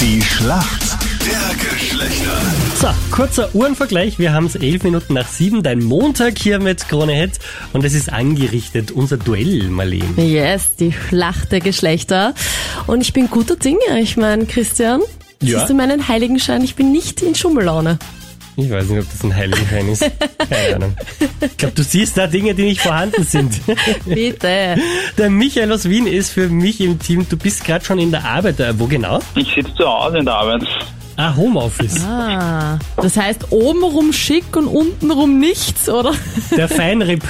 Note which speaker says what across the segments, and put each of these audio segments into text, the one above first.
Speaker 1: Die Schlacht der Geschlechter.
Speaker 2: So, kurzer Uhrenvergleich. Wir haben es elf Minuten nach sieben, dein Montag hier mit Krone Hit. Und es ist angerichtet, unser Duell, Marlene.
Speaker 3: Yes, die Schlacht der Geschlechter. Und ich bin guter Dinge. Ich meine, Christian,
Speaker 2: Ja.
Speaker 3: siehst du meinen Heiligenschein? Ich bin nicht in Schummellaune.
Speaker 2: Ich weiß nicht, ob das ein Heiligenschein ist. Keine Ahnung. Ich glaube, du siehst da Dinge, die nicht vorhanden sind.
Speaker 3: Bitte.
Speaker 2: Der Michael aus Wien ist für mich im Team. Du bist gerade schon in der Arbeit. Äh, Wo genau?
Speaker 4: Ich sitze zu Hause in der Arbeit.
Speaker 2: Ah, Homeoffice.
Speaker 3: Ah, das heißt obenrum schick und untenrum nichts, oder?
Speaker 2: Der Feinripp.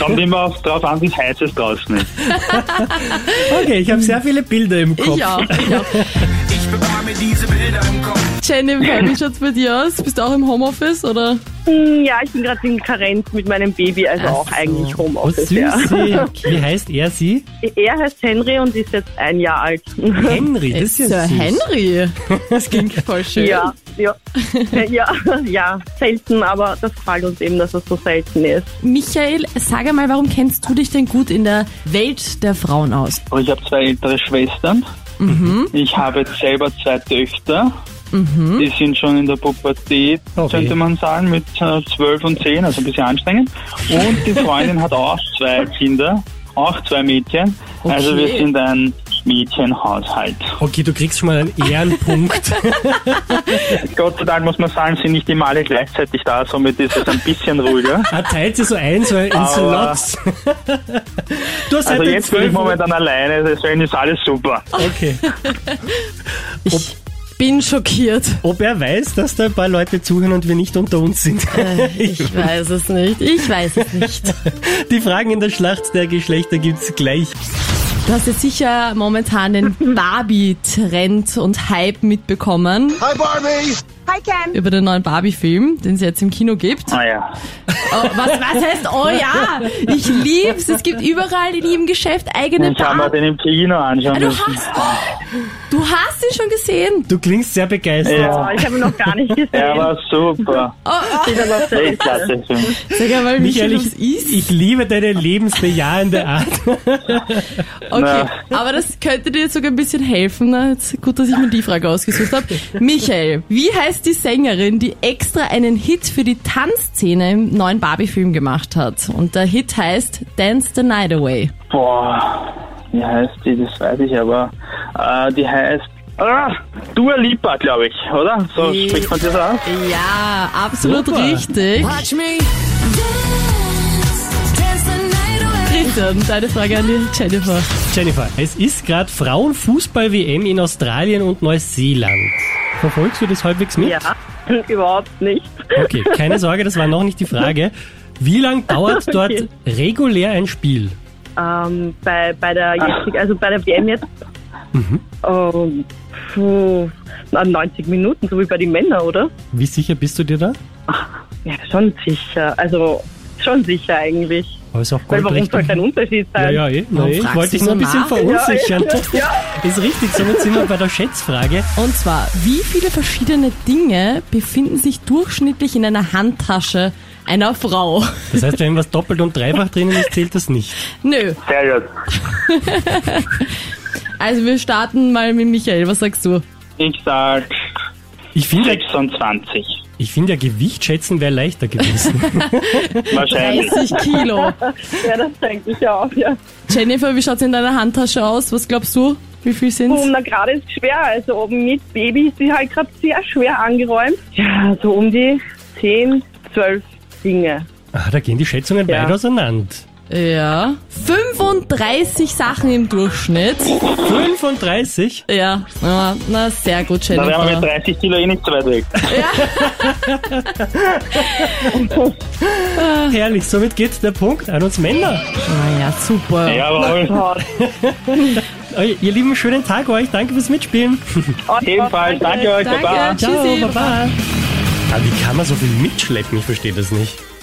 Speaker 4: Kommt immer auf- drauf an, wie heiß es draußen ist.
Speaker 2: Okay, ich habe sehr viele Bilder im Kopf.
Speaker 3: Ich auch. Ich auch.
Speaker 1: Ich bewahre mir diese Bilder im Kopf.
Speaker 3: Jennifer, wie schaut's bei dir aus? Bist du auch im Homeoffice, oder?
Speaker 5: Ja, ich bin gerade in Karenz mit meinem Baby, also auch eigentlich
Speaker 2: Oh,
Speaker 5: Homeoffice.
Speaker 2: Süßi.
Speaker 5: Ja.
Speaker 2: Wie heißt er sie?
Speaker 5: Er heißt Henry und ist jetzt ein Jahr alt.
Speaker 2: Henry. Das ist ja
Speaker 3: Äh, Sir
Speaker 2: süß.
Speaker 3: Henry. Das ging voll schön.
Speaker 5: Ja, ja, ja, ja, selten, aber das gefällt uns eben, dass es so selten ist.
Speaker 3: Michael, sag einmal, warum kennst du dich denn gut in der Welt der Frauen aus?
Speaker 4: Aber ich habe zwei ältere Schwestern. Ich habe jetzt selber zwei Töchter. Die sind schon in der Pubertät,
Speaker 2: Oh weh.
Speaker 4: könnte man sagen, mit äh, 12 und 10, also ein bisschen anstrengend. Und die Freundin hat auch zwei Kinder, auch zwei Mädchen. Also wir
Speaker 3: Okay.
Speaker 4: sind ein Mädchenhaushalt.
Speaker 2: Okay, du kriegst schon mal einen Ehrenpunkt.
Speaker 4: Gott sei Dank muss man sagen, sind nicht immer alle gleichzeitig da, somit ist es ein bisschen ruhiger.
Speaker 2: Er Ah, teilt sie so ein, so in
Speaker 4: Aber-
Speaker 2: Slots. Du hast
Speaker 4: Also
Speaker 2: seit den
Speaker 4: jetzt bin
Speaker 2: 12
Speaker 4: ich
Speaker 2: Uhr-
Speaker 4: momentan alleine, deswegen ist alles super.
Speaker 2: Okay.
Speaker 3: Ich bin schockiert.
Speaker 2: Ob er weiß, dass da ein paar Leute zuhören und wir nicht unter uns sind.
Speaker 3: Äh, Ich weiß es nicht. Ich weiß es nicht.
Speaker 2: Die Fragen in der Schlacht der Geschlechter gibt's gleich.
Speaker 3: Du hast jetzt sicher momentan den Barbie-Trend und Hype mitbekommen
Speaker 1: Hi Barbie!
Speaker 3: über den neuen Barbie-Film, den es jetzt im Kino gibt.
Speaker 4: Naja,
Speaker 3: Oh, was, was heißt, oh ja, ich lieb's. Es gibt überall in jedem Geschäft eigene
Speaker 4: ich kann mir
Speaker 3: Barbie.
Speaker 4: den im Kino anschauen
Speaker 3: Ah, Du
Speaker 4: müssen.
Speaker 3: hast, du hast ihn schon gesehen.
Speaker 2: Du klingst sehr begeistert.
Speaker 4: Ja,
Speaker 5: Aber Oh, ich habe ihn noch gar nicht
Speaker 4: er
Speaker 5: gesehen.
Speaker 4: war super.
Speaker 3: Oh, oh.
Speaker 4: Weltklasse Film.
Speaker 3: Sag einmal, Michael,
Speaker 4: Äh,
Speaker 2: Michael,
Speaker 3: was
Speaker 2: ich,
Speaker 3: ist.
Speaker 2: ich liebe deine lebensbejahende Art.
Speaker 3: Okay, aber das könnte dir jetzt sogar ein bisschen helfen. Na, jetzt, gut, dass ich mir die Frage ausgesucht habe. Michael, wie heißt die Sängerin, die extra einen Hit für die Tanzszene im neuen Barbie-Film gemacht hat? Und der Hit heißt Dance the Night Away.
Speaker 4: Boah, wie heißt die? Das weiß ich aber. Äh, die heißt ah, Dua Lipa, glaube ich, oder? So
Speaker 3: Nee.
Speaker 4: spricht man das aus?
Speaker 3: Ja, absolut
Speaker 2: Super.
Speaker 3: richtig. Christian, deine Frage an die Jennifer.
Speaker 2: Jennifer, es ist gerade Frauenfußball-WM in Australien und Neuseeland. Verfolgst du das halbwegs mit?
Speaker 5: ja, überhaupt nicht.
Speaker 2: Okay, keine Sorge, das war noch nicht die Frage. Wie lang dauert dort
Speaker 5: Okay.
Speaker 2: regulär ein Spiel?
Speaker 5: Ähm, bei, bei der jetzigen, also bei der WM jetzt, ähm, puh, na, 90 Minuten, so wie bei den Männern, oder?
Speaker 2: Wie sicher bist du dir da?
Speaker 5: Ja, schon sicher. Also schon sicher eigentlich.
Speaker 2: Aber ist auch
Speaker 5: Weil warum
Speaker 2: goldrecht.
Speaker 5: soll kein Unterschied
Speaker 2: Ja,
Speaker 5: sein?
Speaker 2: ja, eh. Na,
Speaker 3: Warum
Speaker 2: eh. Ich
Speaker 3: fragst
Speaker 2: wollte dich
Speaker 3: du
Speaker 2: nur ein
Speaker 3: so
Speaker 2: bisschen
Speaker 3: nach?
Speaker 2: verunsichern. Ist richtig, somit sind wir bei der Schätzfrage.
Speaker 3: Und zwar, wie viele verschiedene Dinge befinden sich durchschnittlich in einer Handtasche einer Frau?
Speaker 2: Das heißt, wenn was doppelt und dreifach drinnen ist, zählt das nicht.
Speaker 3: Nö,
Speaker 4: Sehr gut.
Speaker 3: also wir starten mal mit Michael. Was sagst du?
Speaker 4: Ich sag
Speaker 2: Ich finde ja,
Speaker 4: 26.
Speaker 2: ich find ja Gewicht schätzen wäre leichter gewesen.
Speaker 4: Wahrscheinlich.
Speaker 3: 30 Kilo.
Speaker 5: Ja, das denke ich auch, ja.
Speaker 3: Jennifer, wie schaut's in deiner Handtasche aus? Was glaubst du? Wie viel
Speaker 5: Um,
Speaker 3: sind's?
Speaker 5: na, gerade ist schwer. Also oben mit Baby ist sie halt gerade sehr schwer angeräumt. Ja, so um die 10, 12 Dinge.
Speaker 2: Ah, da gehen die Schätzungen
Speaker 5: Ja.
Speaker 2: weit auseinander.
Speaker 3: Ja. 35 Sachen im Durchschnitt.
Speaker 2: 35?
Speaker 3: Ja. ja na, sehr gut,
Speaker 4: Da wären wir mit
Speaker 3: Jennifer.
Speaker 4: 30 Kilo eh nicht so weit weg.
Speaker 2: Herrlich, somit geht der Punkt an uns Männer.
Speaker 3: Naja, super.
Speaker 4: Jawohl.
Speaker 5: Oh,
Speaker 2: Euch- Äh, Ihr lieben, schönen Tag euch. Danke fürs Mitspielen.
Speaker 4: Ebenfalls, danke euch,
Speaker 3: Danke.
Speaker 4: Baba.
Speaker 3: Tschüssi,
Speaker 2: Ciao, Baba. Ah, wie kann man so viel mitschleppen? Ich verstehe das nicht.